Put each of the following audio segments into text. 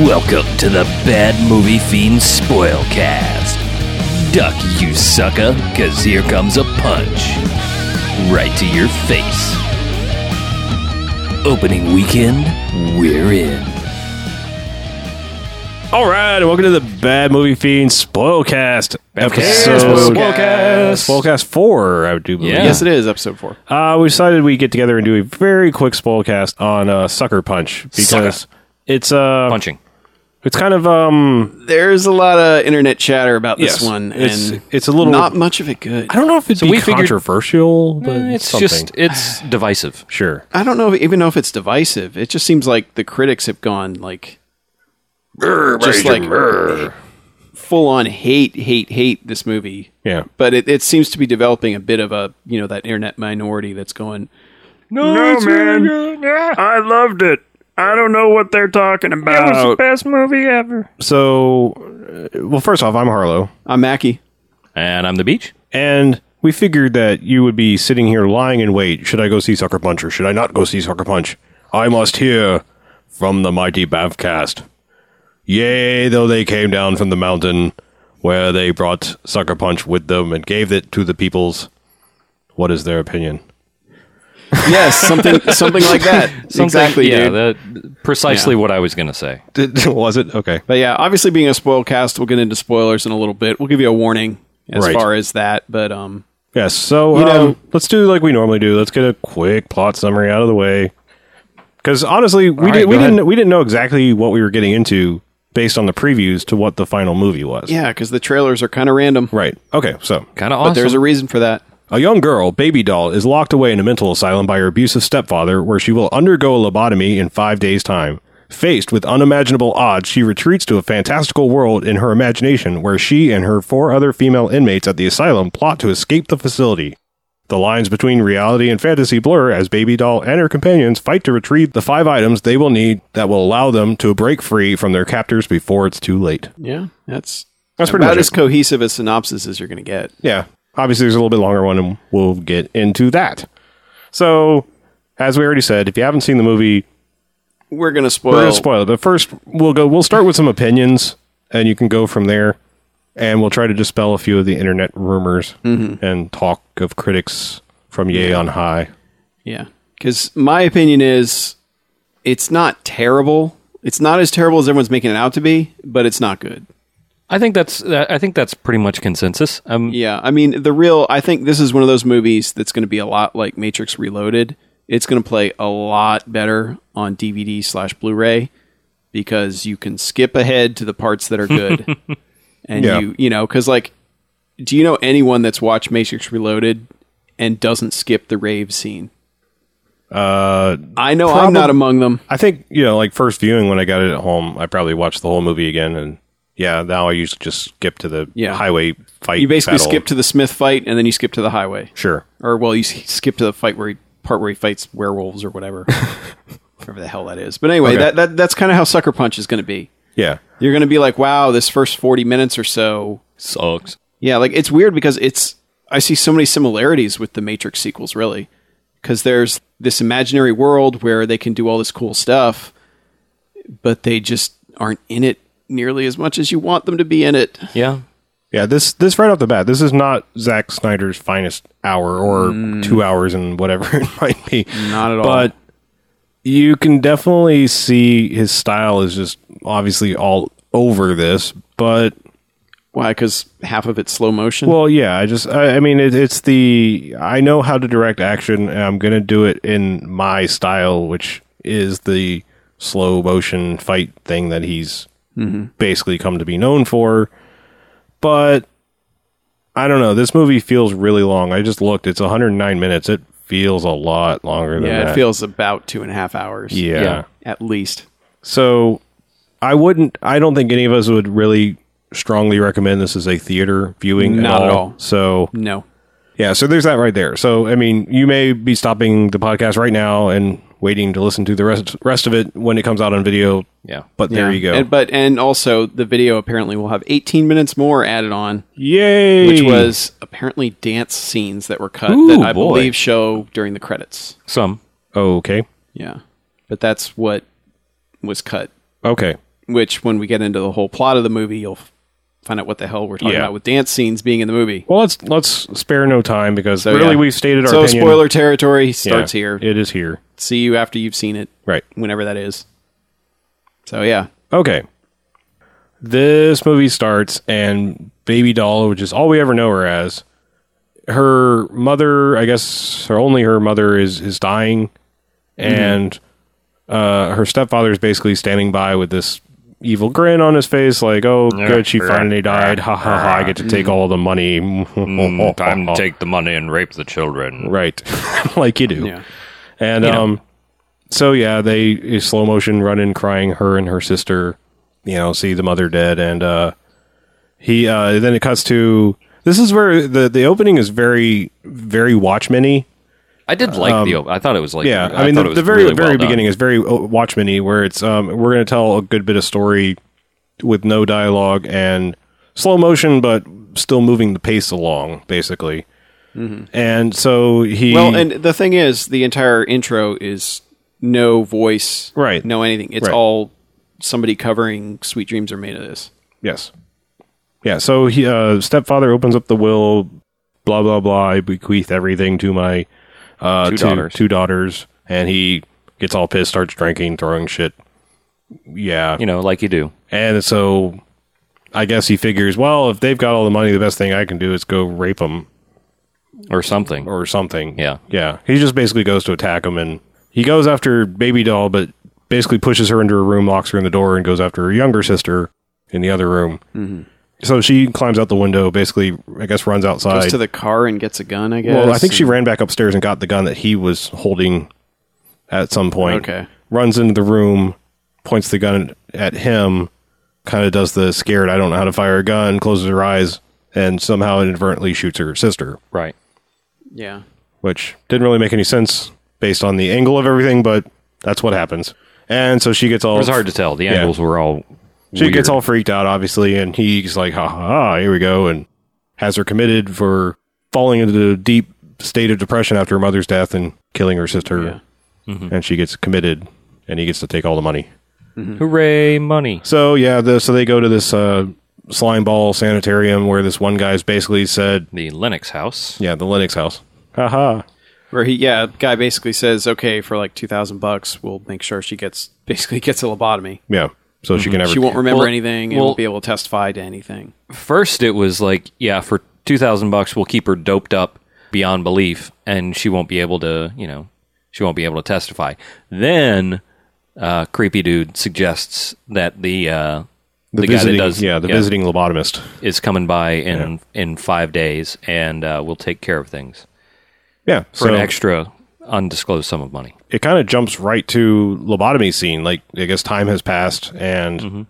Welcome to the Bad Movie Fiend Spoilcast. Duck, you sucker, because here comes a punch. Right to your face. Opening weekend, we're in. All right, and welcome to the Bad Movie Fiend Spoilcast episode. Spoilcast. Spoilcast 4, I do believe. Yeah. Yes, it is episode four. Uh, we decided we'd get together and do a very quick Spoilcast on uh, Sucker Punch because Sucker. it's uh, Punching. it's kind of. um There's a lot of internet chatter about Yes. this one, and It's- it's a little- not much of it good. I don't know if it'd So be we figured- controversial, but It's something. just, it's divisive. Sure. I don't know, if, even know if it's divisive. It just seems like the critics have gone like, just like full on hate, hate, hate this movie. Yeah. But it, it seems to be developing a bit of a you know that internet minority that's going. No, man. I loved it. I don't know what they're talking about. It was the best movie ever. So, uh, well, first off, I'm Harlow. I'm Mackie. And I'm the beach. And we figured that you would be sitting here lying in wait. Should I go see Sucker Punch or should I not go see Sucker Punch? I must hear from the mighty Bavcast. Yea, though they came down from the mountain where they brought Sucker Punch with them and gave it to the peoples. What is their opinion? Yes, something something like that. exactly, yeah, dude. that precisely what I was going to say. Was it? Okay. But yeah, obviously being a spoil cast, we'll get into spoilers in a little bit. We'll give you a warning as Right. far as that. But um, Yes. So um, know- let's do like we normally do. Let's get a quick plot summary out of the way. Because honestly, we right, did, we go ahead. didn't we didn't know exactly what we were getting into based on the previews to what the final movie was. yeah, because the trailers are kind of random. Right. Okay. So Kind of But awesome. there's a reason for that. a young girl, baby doll, is locked away in a mental asylum by her abusive stepfather, where she will undergo a lobotomy in five days' time. Faced with unimaginable odds, she retreats to a fantastical world in her imagination where she and her four other female inmates at the asylum plot to escape the facility. The lines between reality and fantasy blur as Baby Doll and her companions fight to retrieve the five items they will need that will allow them to break free from their captors before it's too late. Yeah, that's That's pretty about much as it. cohesive a synopsis as you're going to get. yeah obviously there's a little bit longer one and we'll get into that so as we already said if you haven't seen the movie We're going to spoil. we're going to spoil it but first we'll go we'll start with some opinions and you can go from there and we'll try to dispel a few of the internet rumors Mm-hmm. and talk of critics from yay on high Yeah, because my opinion is it's not terrible. It's not as terrible as everyone's making it out to be, but it's not good. I think that's I think that's pretty much consensus. Um, Yeah, I mean the real. I think this is one of those movies that's going to be a lot like Matrix Reloaded. It's going to play a lot better on DVD slash Blu-ray because you can skip ahead to the parts that are good, and Yeah. you you know because like, do you know anyone that's watched Matrix Reloaded and doesn't skip the rave scene? uh I know Probab- I'm not among them. i think you know like first viewing when i got it at home i probably watched the whole movie again and yeah now i usually just skip to the Yeah. highway fight You basically battle. skip to the Smith fight and then you skip to the highway, sure or well, you s- skip to the fight where he part where he fights werewolves or whatever, whatever the hell that is. But anyway, Okay. that, that that's kind of how Sucker Punch is going to be. yeah You're going to be like, wow, this first 40 minutes or so. sucks. Yeah, like it's weird because it's I see so many similarities with the Matrix sequels, really, because there's this imaginary world where they can do all this cool stuff, but they just aren't in it nearly as much as you want them to be in it. Yeah, Yeah, this this right off the bat, this is not Zack Snyder's finest hour or two hours and whatever it might be. Mm. Not at all. But you can definitely see his style is just obviously all over this. But Why? Because half of it's slow motion. well, yeah, I just I, I mean it, it's the I know how to direct action, and I'm gonna do it in my style, which is the slow motion fight thing that he's Mm-hmm. basically come to be known for. But I don't know. This movie feels really long. I just looked; it's 109 minutes. It feels a lot longer than yeah, that. it feels about two and a half hours. yeah. yeah. at least. So I wouldn't. I don't think any of us would really strongly recommend this as a theater viewing. Not at all. So No. yeah. So there's that right there. So I mean, you may be stopping the podcast right now and waiting to listen to the rest rest of it when it comes out on video. yeah. But there Yeah. you go. And, but and also the video apparently will have 18 minutes more added on, Yay! which was apparently dance scenes that were cut Ooh, that I boy. believe show during the credits. Some okay. Yeah, but that's what was cut Okay. Which, when we get into the whole plot of the movie, you'll f- find out what the hell we're talking Yeah. about with dance scenes being in the movie. Well, let's let's spare no time because So, really yeah. we've stated our so opinion. spoiler territory Yeah, starts here. It is here. See you after you've seen it, Right. whenever that is. So yeah, Okay. This movie starts, and Baby Doll, which is all we ever know her as, her mother, I guess, or only her mother is is dying, Mm-hmm. and uh, her stepfather is basically standing by with this evil grin on his face, like, "Oh, good, she finally died. Ha ha ha! I get to take all the money. Mm, time to take the money and rape the children. right, like you do." yeah. And um, so yeah, they is slow motion run in crying her and her sister, you know, see the mother dead, and uh, he uh, then it cuts to this is where the the opening is very very Watchmeny. I did like the. op- Um, I thought it was like. Yeah, I, mean thought the, it was the very really very well done. beginning is very uh, Watchmeny, where it's um we're gonna tell a good bit of story with no dialogue and slow motion, but still moving the pace along basically. Mm-hmm. And so he Well, and the thing is, the entire intro is no voice, Right. No anything. It's Right. all somebody covering "Sweet Dreams Are Made of This." Yes. Yeah. So he uh, stepfather opens up the will. Blah blah blah. I bequeath everything to my uh, Two daughters. Two daughters, and he gets all pissed, starts drinking, throwing shit. Yeah. you know, like you do. And so I guess he figures, well, if they've got all the money, the best thing I can do is go rape them or something. or something. Yeah. Yeah. He just basically goes to attack him, and he goes after baby doll, but basically pushes her into a room, locks her in the door, and goes after her younger sister in the other room. Mm-hmm. So she climbs out the window, basically, I guess, runs outside. Goes to the car and gets a gun. I guess. well, I think she and- ran back upstairs and got the gun that he was holding at some point. Okay. Runs into the room, points the gun at him, kind of does the scared, I don't know how to fire a gun, closes her eyes, and somehow inadvertently shoots her sister Right. Yeah. which didn't really make any sense based on the angle of everything, but that's what happens. And so she gets all It was hard to tell. The angles were all. she weird. gets all freaked out, obviously, and he's like, "Ha ha, ha here we go," and has her committed for falling into a deep state of depression after her mother's death and killing her sister. Mm-hmm. And she gets committed, and he gets to take all the money. Hmm. Hooray, money. So yeah, the, so they go to this uh, slime ball sanitarium where this one guy's basically said, The Lennox house. "Yeah, the Lennox house." Ha ha. Where he, yeah, guy basically says, "Okay, for like two thousand bucks, we'll make sure she gets basically gets a lobotomy. Yeah. So she can Mm-hmm. never. She won't remember Well, anything and well- won't be able to testify to anything." First, it was like, yeah, for 2000 bucks, we'll keep her doped up beyond belief, and she won't be able to, you know, she won't be able to testify. Then, uh, creepy dude suggests that the, uh, the, visiting, guy that does yeah, the visiting lobotomist. is coming by in in five days and uh, will take care of things Yeah, for so an extra undisclosed sum of money. it kind of jumps right to lobotomy scene. Like I guess time has passed, and Mm-hmm.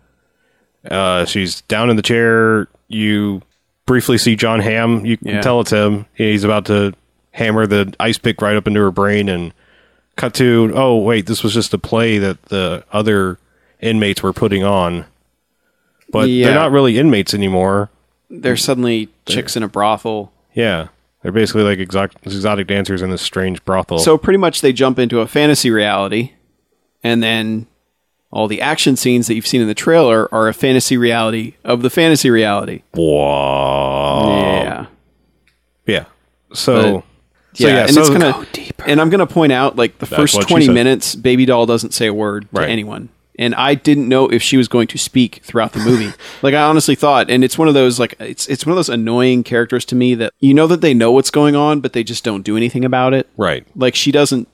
uh, she's down in the chair. You briefly see John Ham. You can Yeah. tell it's him. He's about to hammer the ice pick right up into her brain, and cut to oh wait, this was just a play that the other inmates were putting on, but Yeah. they're not really inmates anymore. They're suddenly chicks in a brothel. Yeah, they're basically like exotic, exotic dancers in this strange brothel. So pretty much they jump into a fantasy reality, and then all the action scenes that you've seen in the trailer are a fantasy reality of the fantasy reality. yeah. Yeah. So, so yeah, yeah, and so it's gonna deeper. And I'm gonna point out, like the first what she twenty said. minutes, Baby Doll doesn't say a word Right. to anyone, and I didn't know if she was going to speak throughout the movie. like I honestly thought, and it's one of those like it's it's one of those annoying characters to me that you know that they know what's going on, but they just don't do anything about it. right. Like she doesn't.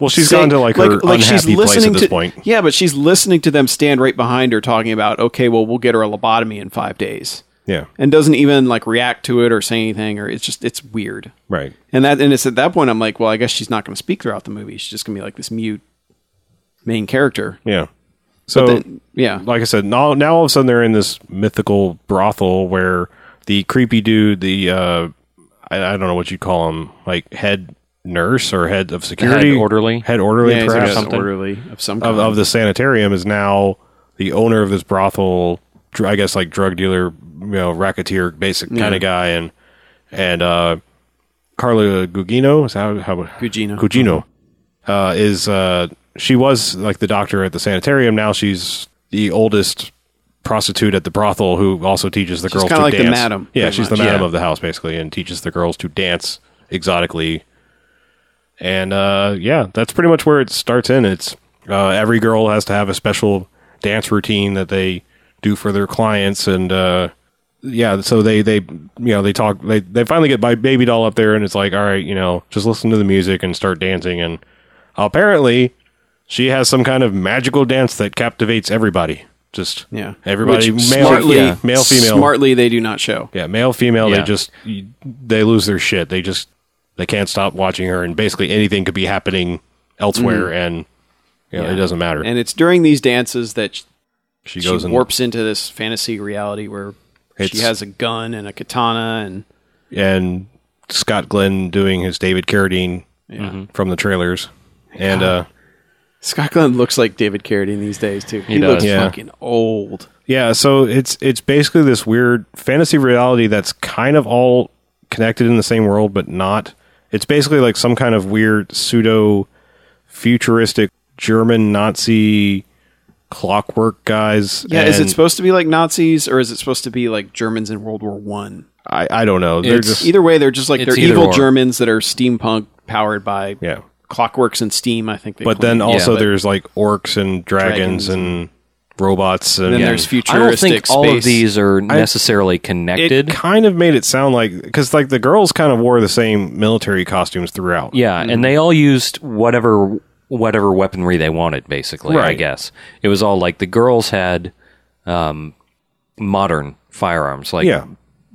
Well, she's she's gone to like, her unhappy place at this to, point. Yeah, but she's listening to them stand right behind her talking about, okay, well, we'll get her a lobotomy in five days, Yeah. and doesn't even like react to it or say anything, or it's just it's weird. Right. And that and it's at that point I'm like, well, I guess she's not going to speak throughout the movie. She's just going to be like this mute main character. Yeah. So, Then- yeah, like I said, now, now all of a sudden they're in this mythical brothel where the creepy dude, the uh, I, I don't know what you'd call him, like head nurse or head of security, orderly? head orderly, yeah, he's like perhaps an something orderly of some kind. of, of the sanitarium is now the owner of this brothel. dr- I guess like drug dealer, you know, racketeer, basic kind Yeah. of guy, and and uh, Carla Gugino is how how Gugino. Gugino uh, is uh, she was like the doctor at the sanitarium. Now she's the oldest prostitute at the brothel who also teaches the girls to kinda like the dance. madam, Yeah, pretty she's the much. madam Yeah. of the house basically, and teaches the girls to dance exotically. And uh, yeah, that's pretty much where it starts. In it's uh, every girl has to have a special dance routine that they do for their clients, and uh, yeah, so they they you know they talk they they finally get by baby doll up there, and it's like all right, you know, just listen to the music and start dancing, and apparently she has some kind of magical dance that captivates everybody. Just Yeah. everybody Which male, smartly, yeah, male, female, Smartly, they do not show. yeah, male, female. They Yeah. just they lose their shit. They just they can't stop watching her, and basically anything could be happening elsewhere, and you know, it doesn't matter. Mm. And it's during these dances that sh- she she goes and warps into this fantasy reality where she It's- has a gun and a katana and and Scott Glenn doing his David Carradine from the trailers, and uh, Scott Glenn looks like David Carradine these days too. He, does. looks Yeah. fucking old. Yeah, so it's it's basically this weird fantasy reality that's kind of all connected in the same world, but not. It's basically like some kind of weird pseudo futuristic German Nazi clockwork guys. Yeah, is it and supposed to be like Nazis or is it supposed to be like Germans in World War One? I I don't know. They're It's just Either way, they're just like It's they're either evil or. Germans that are steampunk powered by yeah. clockworks and steam. I think. They But claim. then also but- there's like orcs and dragons, Dragons. and robots and, then there's I don't think futuristic all of space. these are necessarily it connected. kind of made it sound like because like the girls kind of wore the same military costumes throughout. Yeah, and they all used whatever whatever weaponry they wanted, basically. I Right. guess it was all like the girls had um, modern firearms, like Yeah.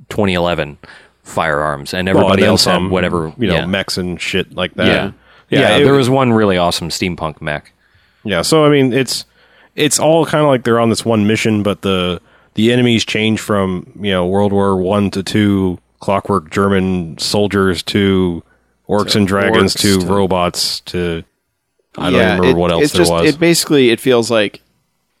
2011 firearms, and Well, and everybody then else some, had whatever. um, you know yeah. mechs and shit like that. yeah, yeah. yeah. it- there was one really awesome steampunk mech. Yeah, so I mean, it's it's all kind of like they're on this one mission, but the the enemies change from you know World War One to two clockwork German soldiers to orcs and dragons orcs to, to- robots to I don't even remember it- what else it's there just- was. It basically it feels like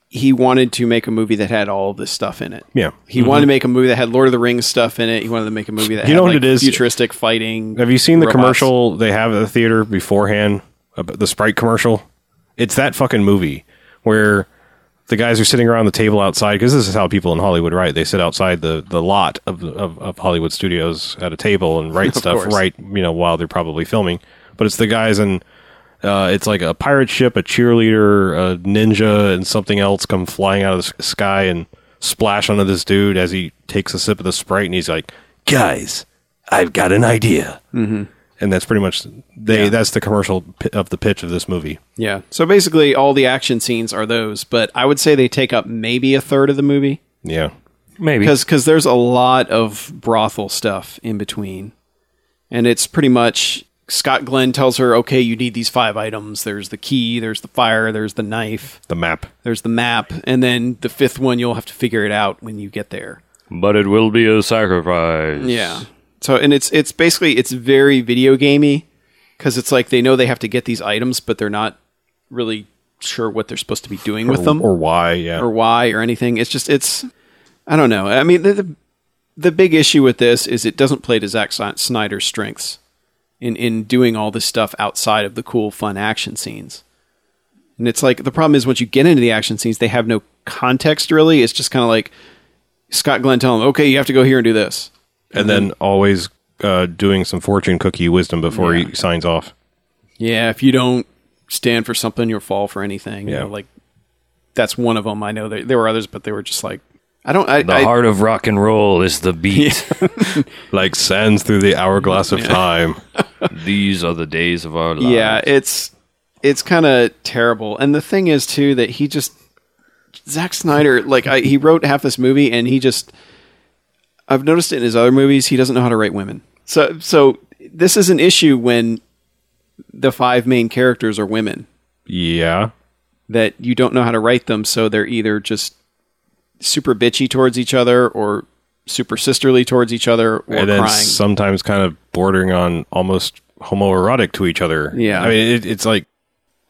he wanted to make a movie that had all of this stuff in it. yeah, He wanted to make a movie that had Lord of the Rings stuff in it. He wanted to make a movie that Mm-hmm. You had know what like, it is? futuristic fighting. have you seen the robots. commercial they have at the theater beforehand? ab- The Sprite commercial. It's that fucking movie where the guys are sitting around the table outside because this is how people in Hollywood write. They sit outside the, the lot of, of of Hollywood studios at a table and write stuff. course. Right, you know, while they're probably filming. But it's the guys and uh, it's like a pirate ship, a cheerleader, a ninja, and something else come flying out of the s- sky and splash onto this dude as he takes a sip of the sprite, and he's like, "Guys, I've got an idea." Mm-hmm. And that's pretty much they. That's the commercial pi- of the pitch of this movie. Yeah. So basically, all the action scenes are those, but I would say they take up maybe a third of the movie Yeah, Maybe because there's a lot of brothel stuff in between, and it's pretty much Scott Glenn tells her, "Okay, you need these five items. There's the key. There's the fire. There's the knife. the map. There's the map, and then the fifth one you'll have to figure it out when you get there." but it will be a sacrifice. Yeah. So and it's it's basically it's very video gamey because it's like they know they have to get these items, but they're not really sure what they're supposed to be doing with them or why? Yeah, or why or anything. It's just it's I don't know. I mean the the, the big issue with this is it doesn't play to Zack Sni- Snyder's strengths in in doing all this stuff outside of the cool fun action scenes. And it's like the problem is once you get into the action scenes, they have no context really. It's just kind of like Scott Glenn telling them, "Okay, you have to go here and do this." and then always uh, doing some fortune cookie wisdom before he signs off. Yeah, if you don't stand for something, you'll fall for anything. Yeah. You know, like that's one of them. I know there, there were others, but they were just like, I don't. I, The I, heart of rock and roll is the beat. Like sands through the hourglass of time. These are the days of our lives. yeah, it's it's kind of terrible. And the thing is too that he just Zack Snyder, like I, he wrote half this movie, and he just I've noticed it in his other movies. He doesn't know how to write women. So so this is an issue when the five main characters are women. Yeah. that you don't know how to write them, so they're either just super bitchy towards each other or super sisterly towards each other or and then crying. sometimes kind of bordering on almost homoerotic to each other. Yeah. I mean, it, it's like,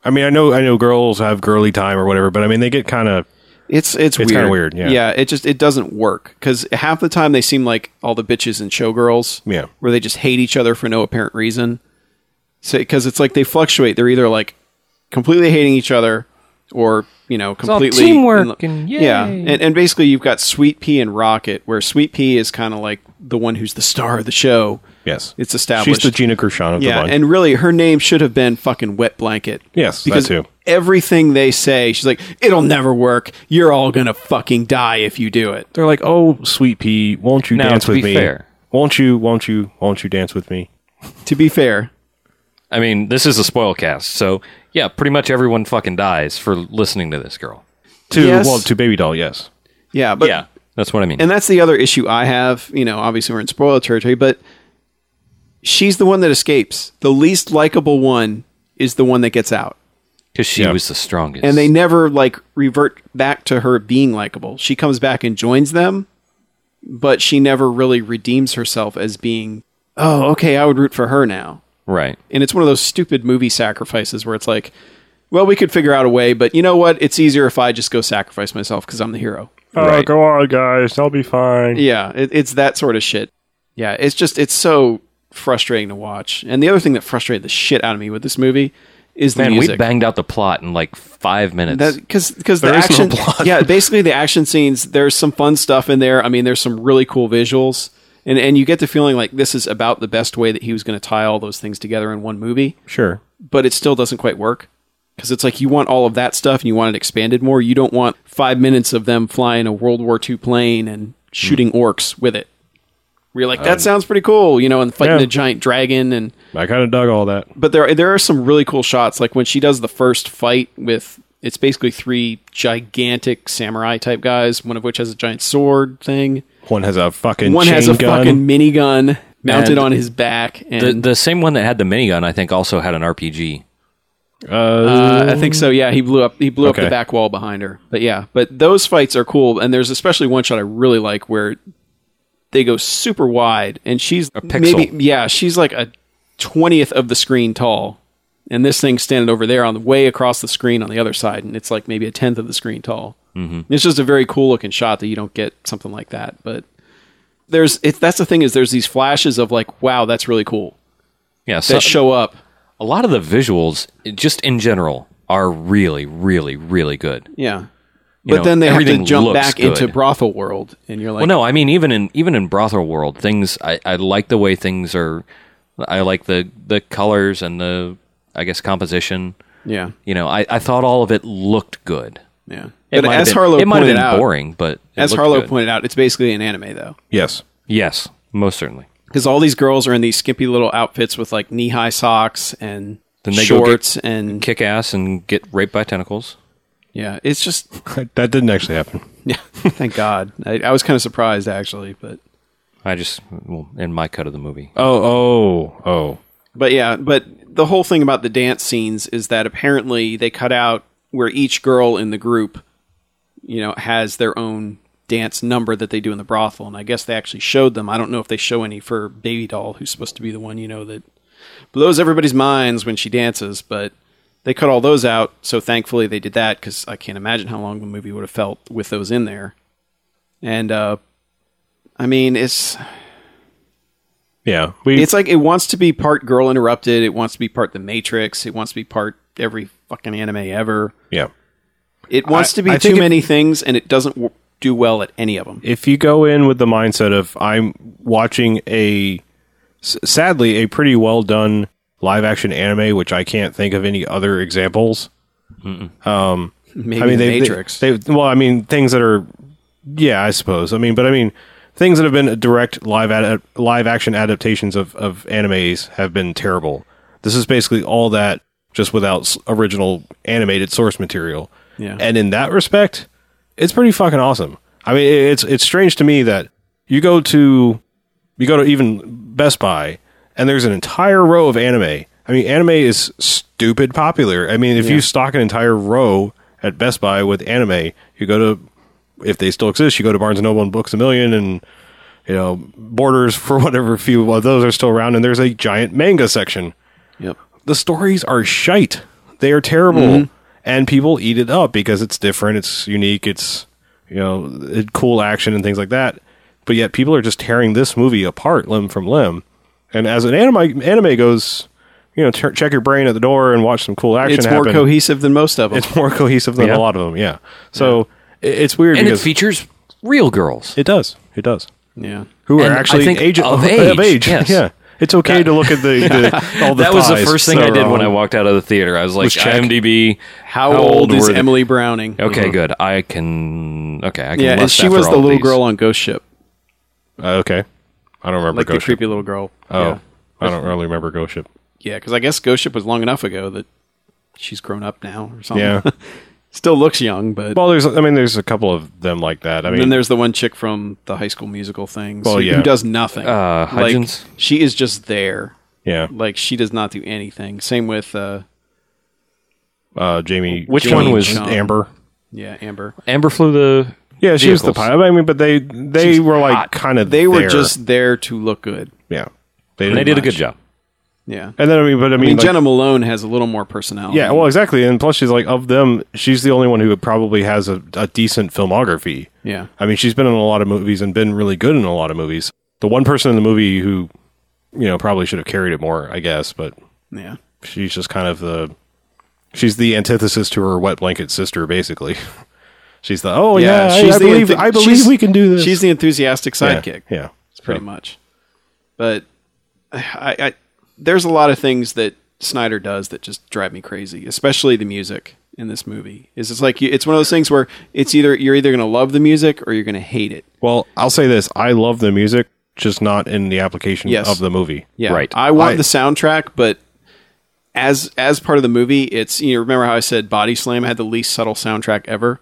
I mean, I know, I know, girls have girly time or whatever, but I mean, they get kind of it's it's it's, weird. kinda weird, yeah. yeah, it just it doesn't work because half the time they seem like all the bitches and showgirls. Yeah. where they just hate each other for no apparent reason. So because it's like they fluctuate. They're either like completely hating each other or you know, all completely teamwork and yay. yeah, and, and basically you've got Sweet Pea and Rocket, where Sweet Pea is kind of like the one who's the star of the show. Yes. It's established. She's the Gina Kershaw of yeah, the bunch. and really her name should have been fucking Wet Blanket. Yes, that because too. everything they say, she's like, "It'll never work. You're all gonna fucking die if you do it." They're like, "Oh, sweet pea, won't you Now, dance to with be me? fair- Won't you? Won't you? Won't you dance with me?" To be fair, I mean, this is a spoil cast, so yeah, pretty much everyone fucking dies for listening to this girl. To Yes. well, to baby doll, yes. yeah, but yeah, that's what I mean. and that's the other issue I have. You know, obviously we're in spoiler territory, but she's the one that escapes. The least likable one is the one that gets out. Because she Yeah. was the strongest. and they never like revert back to her being likable. She comes back and joins them, but she never really redeems herself as being, oh, okay, I would root for her now. right. And it's one of those stupid movie sacrifices where it's like, well, we could figure out a way, but you know what? It's easier if I just go sacrifice myself because I'm the hero. right. Uh, go on, guys. I'll be fine. Yeah, it, it's that sort of shit. Yeah, it's just it's so frustrating to watch. And the other thing that frustrated the shit out of me with this movie is the Man, music. we banged out the plot in like five minutes. because because the There is no action plot. yeah basically the action scenes there's some fun stuff in there i mean there's some really cool visuals and and you get the feeling like this is about the best way that he was going to tie all those things together in one movie Sure. but it still doesn't quite work because it's like you want all of that stuff and you want it expanded more you don't want five minutes of them flying a world war ii plane and shooting orcs with it where you're like that sounds pretty cool you know and fighting Um, Yeah. a giant dragon and I kind of dug all that. but there there are some really cool shots like when she does the first fight with it's basically three gigantic samurai type guys one of which has a giant sword thing One has a fucking one has a gun. fucking minigun mounted And on his back the, and the same one that had the minigun, I think, also had an RPG. uh, i think so yeah he blew up he blew up Okay. the back wall behind her but yeah but those fights are cool and there's especially one shot i really like where they go super wide and she's pixel. maybe yeah she's like a 20th of the screen tall and this thing's standing over there on the way across the screen on the other side and it's like maybe a tenth of the screen tall mm-hmm. it's just a very cool looking shot that you don't get something like that but there's it's that's the thing is there's these flashes of like wow that's really cool Yeah, so that show up a lot of the visuals, just in general, are really, really, really good. yeah You but know, then they have to everything jump looks back good. into brothel world and you're like well, no, I mean even in even in brothel world, things I, I like the way things are. I like the the colors and the I guess composition. yeah You know, I, I thought all of it looked good. yeah It but might have as been- harlow it might have pointed been out boring, but it as looked harlow good. pointed out it's basically an anime though Yes. yes, most certainly. because all these girls are in these skimpy little outfits with like knee high socks and Then they go shorts and Kick ass and get raped by tentacles. yeah, it's just That didn't actually happen. yeah. thank God, I, I was kind of surprised actually, but I just well, in my cut of the movie. Oh, oh, oh. but yeah, but the whole thing about the dance scenes is that apparently they cut out where each girl in the group, you know, has their own dance number that they do in the brothel, and I guess they actually showed them. I don't know if they show any for Baby Doll, who's supposed to be the one you know that blows everybody's minds when she dances, but they cut all those out. So thankfully they did that because I can't imagine how long the movie would have felt with those in there. And uh, I mean, it's Yeah. We it's like it wants to be part Girl Interrupted, it wants to be part The Matrix, it wants to be part every fucking anime ever. yeah. It wants I- to be I too think it- many things, and it doesn't w- do well at any of them. if you go in with the mindset of I'm watching a s- sadly a pretty well done live action anime, which I can't think of any other examples. Maybe I mean, The they, Matrix. They, they- well, I mean things that are yeah, I suppose. I mean, but I mean things that have been direct live ad- live action adaptations of of animes have been terrible. This is basically all that just without s- original animated source material. Yeah. And in that respect, it's pretty fucking awesome. I mean, it- it's it's strange to me that you go to you go to even Best Buy and there's an entire row of anime. I mean, anime is stupid popular. I mean, if you stock an entire row at Best Buy with anime, you go to if they still exist, you go to Barnes and Noble and Books a Million and you know Borders for whatever few of those are still around. And there's a giant manga section. yep. The stories are shite. They are terrible, Mm-hmm. and people eat it up because it's different, it's unique, it's you know it, cool action and things like that. But yet people are just tearing this movie apart limb from limb. And as an anime anime goes, you know, tur- check your brain at the door and watch some cool action. It's more happen. cohesive than most of them. It's more cohesive than Yeah. a lot of them. Yeah. So i- it's weird and it because it, features real girls. does. It does. yeah. Who And are I actually think agent of age, yes. Yeah. It's okay to look at the, the all the that was the thighs first thing that I are did on when I them. walked out of the theater. I was like, Was check. IMDb. How, old, is were they? Emily Browning? Okay, Mm-hmm. good. I can. Okay, I can. Yeah, and lust she after was all the of little these. girl on Ghost Ship, Uh, okay. I don't remember like the Ghost Ship. creepy little girl. Oh, yeah, I don't really remember Ghost Ship. because I guess Ghost Ship was long enough ago that she's grown up now or something. Yeah. still looks young, but Well, there's, I mean, there's a couple of them like that. I and then mean, there's the one chick from the High School Musical thing, Well, who- yeah. who does nothing. Uh, Hudgens? Like, she is just there. yeah. Like she does not do anything. Same with uh, Uh, Jamie. Which Jamie one was- Chung. Amber? yeah Amber. Amber flew the. Yeah, she was the vehicles. pilot. I mean, but they they were like hot. kind of They were just there to look good. yeah. They And they didn't did a much. good job. Yeah, And then I mean, but I I mean, mean like- Jenna Malone has a little more personality. yeah, well, exactly. And plus, she's like of them, she's the only one who probably has a, a decent filmography. yeah. I mean, she's been in a lot of movies and been really good in a lot of movies. The one person in the movie who, you know, probably should have carried it more, I guess, but Yeah. she's just kind of the she's the antithesis to her wet blanket sister basically she's the oh yeah, I- I, the believe enthu- i believe she's- we can do this She's the enthusiastic Yeah, sidekick. yeah, It's pretty much. But I, I there's a lot of things that Snyder does that just drive me crazy, especially the music in this movie. Is it's like you, it's one of those things where it's either you're either going to love the music or you're going to hate it. well i'll say this i love the music just not in the application Yes. of the movie Yeah. Right. I want I- the soundtrack, but as as part of the movie, it's you know, remember how I said Body Slam had the least subtle soundtrack ever?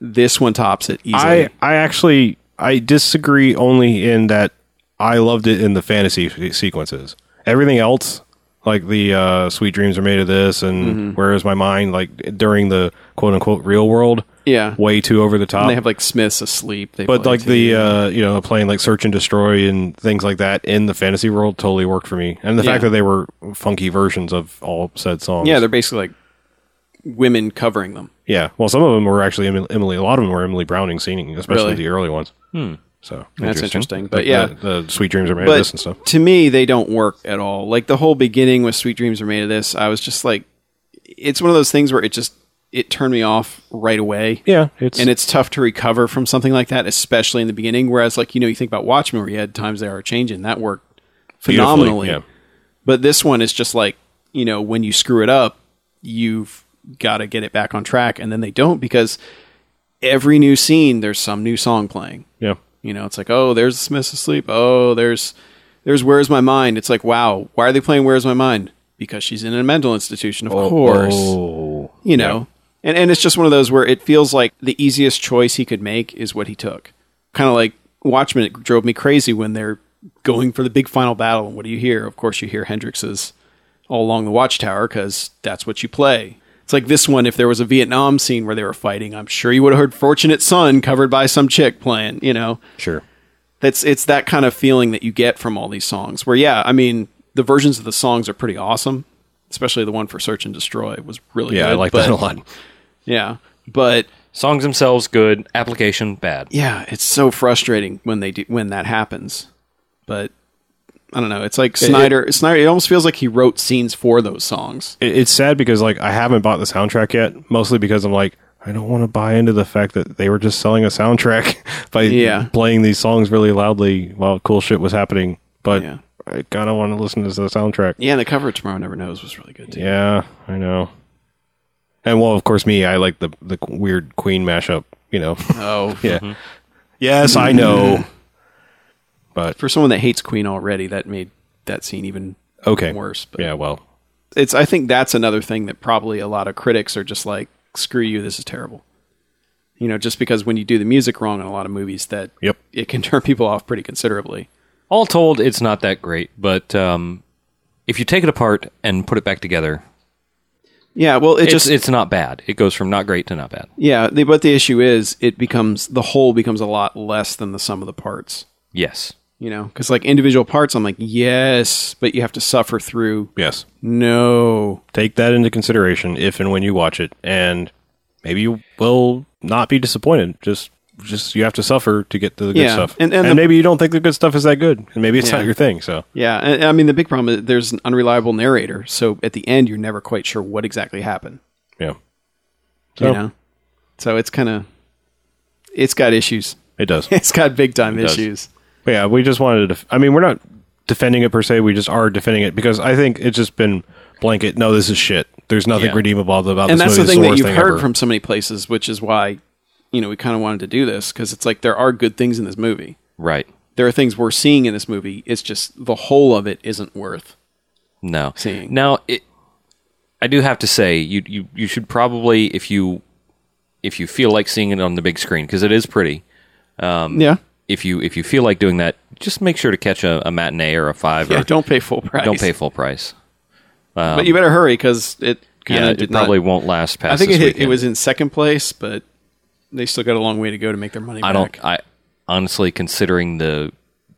This one tops it easily. i i actually i disagree only in that i loved it in the fantasy f- sequences everything else like the uh, sweet dreams are made of this and Mm-hmm. where is my mind like during the quote unquote real world yeah. way too over the top And they have like Smith's asleep. They uh, but play like too. the uh, you know playing like search and destroy and things like that in the fantasy world totally worked for me and the fact Yeah. that they were funky versions of all said songs yeah, they're basically like women covering them. yeah well some of them were actually Em- emily a lot of them were emily browning singing especially Really? the early ones so That's interesting. But uh, Like yeah, the, the sweet dreams are made but of this and stuff to me, they don't work at all. Like the whole beginning with "Sweet Dreams Are Made of This," I was just like, it's one of those things where it just it turned me off right away. yeah it's And it's tough to recover from something like that, especially in the beginning. Whereas, like you know, you think about Watchmen, where you had times they are changing, that worked beautifully, phenomenally. yeah But this one is just like you know, when you screw it up, you've got to get it back on track, and then they don't because every new scene there's some new song playing. yeah You know, it's like, oh, there's Smith's asleep. Oh, there's there's Where's My Mind. It's like, wow, why are they playing Where's My Mind? Because she's in a mental institution, of course. You know. And and it's just one of those where it feels like the easiest choice he could make is what he took. Kind of like Watchmen, it drove me crazy when they're going for the big final battle. And what do you hear? Of course, you hear Hendrix's all along the Watchtower because that's what you play. It's like this one. If there was a Vietnam scene where they were fighting, I'm sure you would have heard "Fortunate Son" covered by some chick playing. You know, sure that's it's that kind of feeling that you get from all these songs where yeah i mean the versions of the songs are pretty awesome especially the one for search and destroy was really yeah good, i like but, that a lot yeah but Songs themselves good. Application bad. yeah it's so frustrating when they do when that happens but i don't know it's like snyder snyder it almost feels like he wrote scenes for those songs it, it's sad because like I haven't bought the soundtrack yet, mostly because I'm like I don't want to buy into the fact that they were just selling a soundtrack by Yeah. playing these songs really loudly while cool shit was happening. But Yeah. I kind of want to listen to the soundtrack. yeah and the cover of tomorrow never knows was really good too Yeah, I know. And well, of course, me, I like the the weird Queen mashup. You know, oh yeah. Yes, I know. But for someone that hates queen already that made that scene even okay, worse but Yeah, well, it's I think that's another thing that probably a lot of critics are just like, screw you, this is terrible. You know, just because when you do the music wrong in a lot of movies, that Yep. it can turn people off pretty considerably. All told, it's not that great. But um, if you take it apart and put it back together, Yeah, well, it it's just it's not bad. It goes from not great to not bad. yeah. The, but the issue is, it becomes the whole becomes a lot less than the sum of the parts. Yes. You know, because like individual parts, I'm like, yes, but you have to suffer through. yes. No, take that into consideration if and when you watch it and maybe you will not be disappointed just just you have to suffer to get to the good Yeah, stuff. and- And, and the- maybe you don't think the good stuff is that good, and maybe it's Yeah. not your thing. So Yeah, and, and I mean the big problem is there's an unreliable narrator, so at the end you're never quite sure what exactly happened. yeah, You Oh. So- know, so it's kind of it's got issues. it does. It's got big time does. issues. But yeah, we just wanted to. Def- I mean, we're not defending it per se. We just are defending it because I think it's just been blanket. No, this is shit. There's nothing Yeah. redeemable about and this movie. that's the This is thing that worst you've heard ever. from so many places, which is why you know we kind of wanted to do this because it's like there are good things in this movie. Right. There are things we're seeing in this movie. It's just the whole of it isn't worth. No. seeing. Now, it, I do have to say, you, you you should probably if you if you feel like seeing it on the big screen because it is pretty. Um, yeah, If you if you feel like doing that, just make sure to catch a, a matinee or a five. yeah. or Don't pay full price. don't pay full price. but you better hurry because it kind Yeah, of it probably won't last past. I think this it, hit, it weekend. was in second place, but they still got a long way to go to make their money I back. don't. I honestly, considering the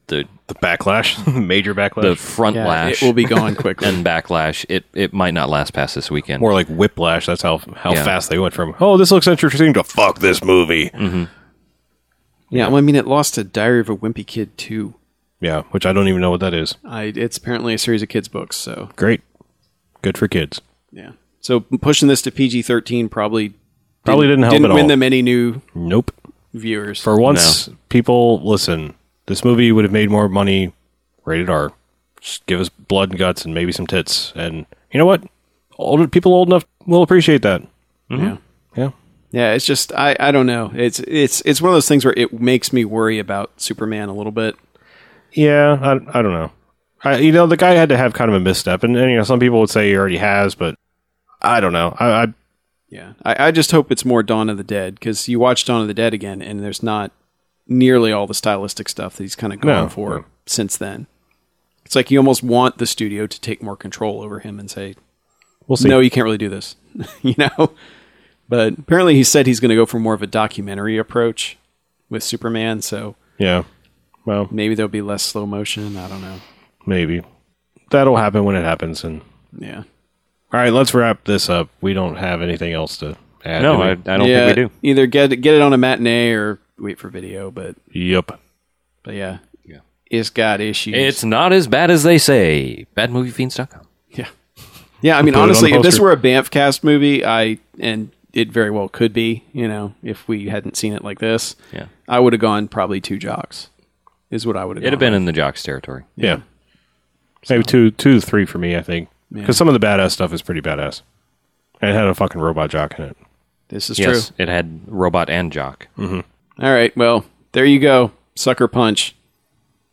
the the backlash, major backlash, the front Yeah, lash it will be gone quickly. and backlash, it it might not last past this weekend. more like whiplash. That's how how Yeah. fast they went from oh this looks interesting to fuck this movie. yeah, well, I mean, it lost to Diary of a Wimpy Kid too. Yeah, which I don't even know what that is. I, it's apparently a series of kids' books, so Great, good for kids. yeah. So pushing this to PG thirteen probably Probably didn't help Didn't at win all. them any new Nope. viewers. For once, people listen. This movie would have made more money. Rated R. Just give us blood and guts and maybe some tits. And you know what? Older people old enough will appreciate that. yeah, Yeah. yeah. It's just I, I don't know. It's it's it's one of those things where it makes me worry about Superman a little bit. Yeah. I, I don't know. I, you know, the guy had to have kind of a misstep, and, and you know, some people would say he already has, but I don't know. I, I Yeah, I, I just hope it's more Dawn of the Dead because you watch Dawn of the Dead again, and there's not nearly all the stylistic stuff that he's kind of gone No, for no. since then. It's like you almost want the studio to take more control over him and say, we'll see. "No, you can't really do this," you know. But apparently, he said he's going to go for more of a documentary approach with Superman, so yeah. Well, maybe there'll be less slow motion. I don't know. maybe that'll happen when it happens. And Yeah, all right, let's wrap this up. We don't have anything else to add. no, do we? I, I don't yeah. think we do. Either get get it on a matinee or wait for video. But Yep. but yeah, yeah, it's got issues. It's not as bad as they say. Badmoviefiends.com. Yeah. Yeah, I mean Put it on honestly, if this poster. were a Banffcast movie, I and it very well could be, you know, if we hadn't seen it like this. Yeah. I would have gone probably two jocks. Is what I would have It'd have been in the jocks territory. Yeah. Maybe two, two to three for me, I think. Because some of the badass stuff is pretty badass. And it had a fucking robot jock in it. This is yes, true. it had robot and jock. All right. Well, there you go. Sucker punch.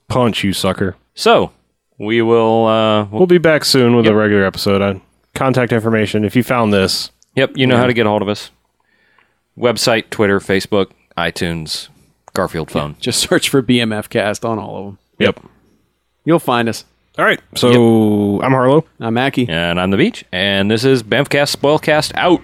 Punch, you sucker. So we will. Uh, we'll- We'll be back soon with a regular episode. On contact information, if you found this, yep, you know how to get a hold of us. Website, Twitter, Facebook, iTunes, Garfield phone. Just search for BMF cast on all of them. yep. You'll find us. All right. So I'm Harlow. I'm Mackie. And I'm the beach. And this is Bamfcast Spoilcast out.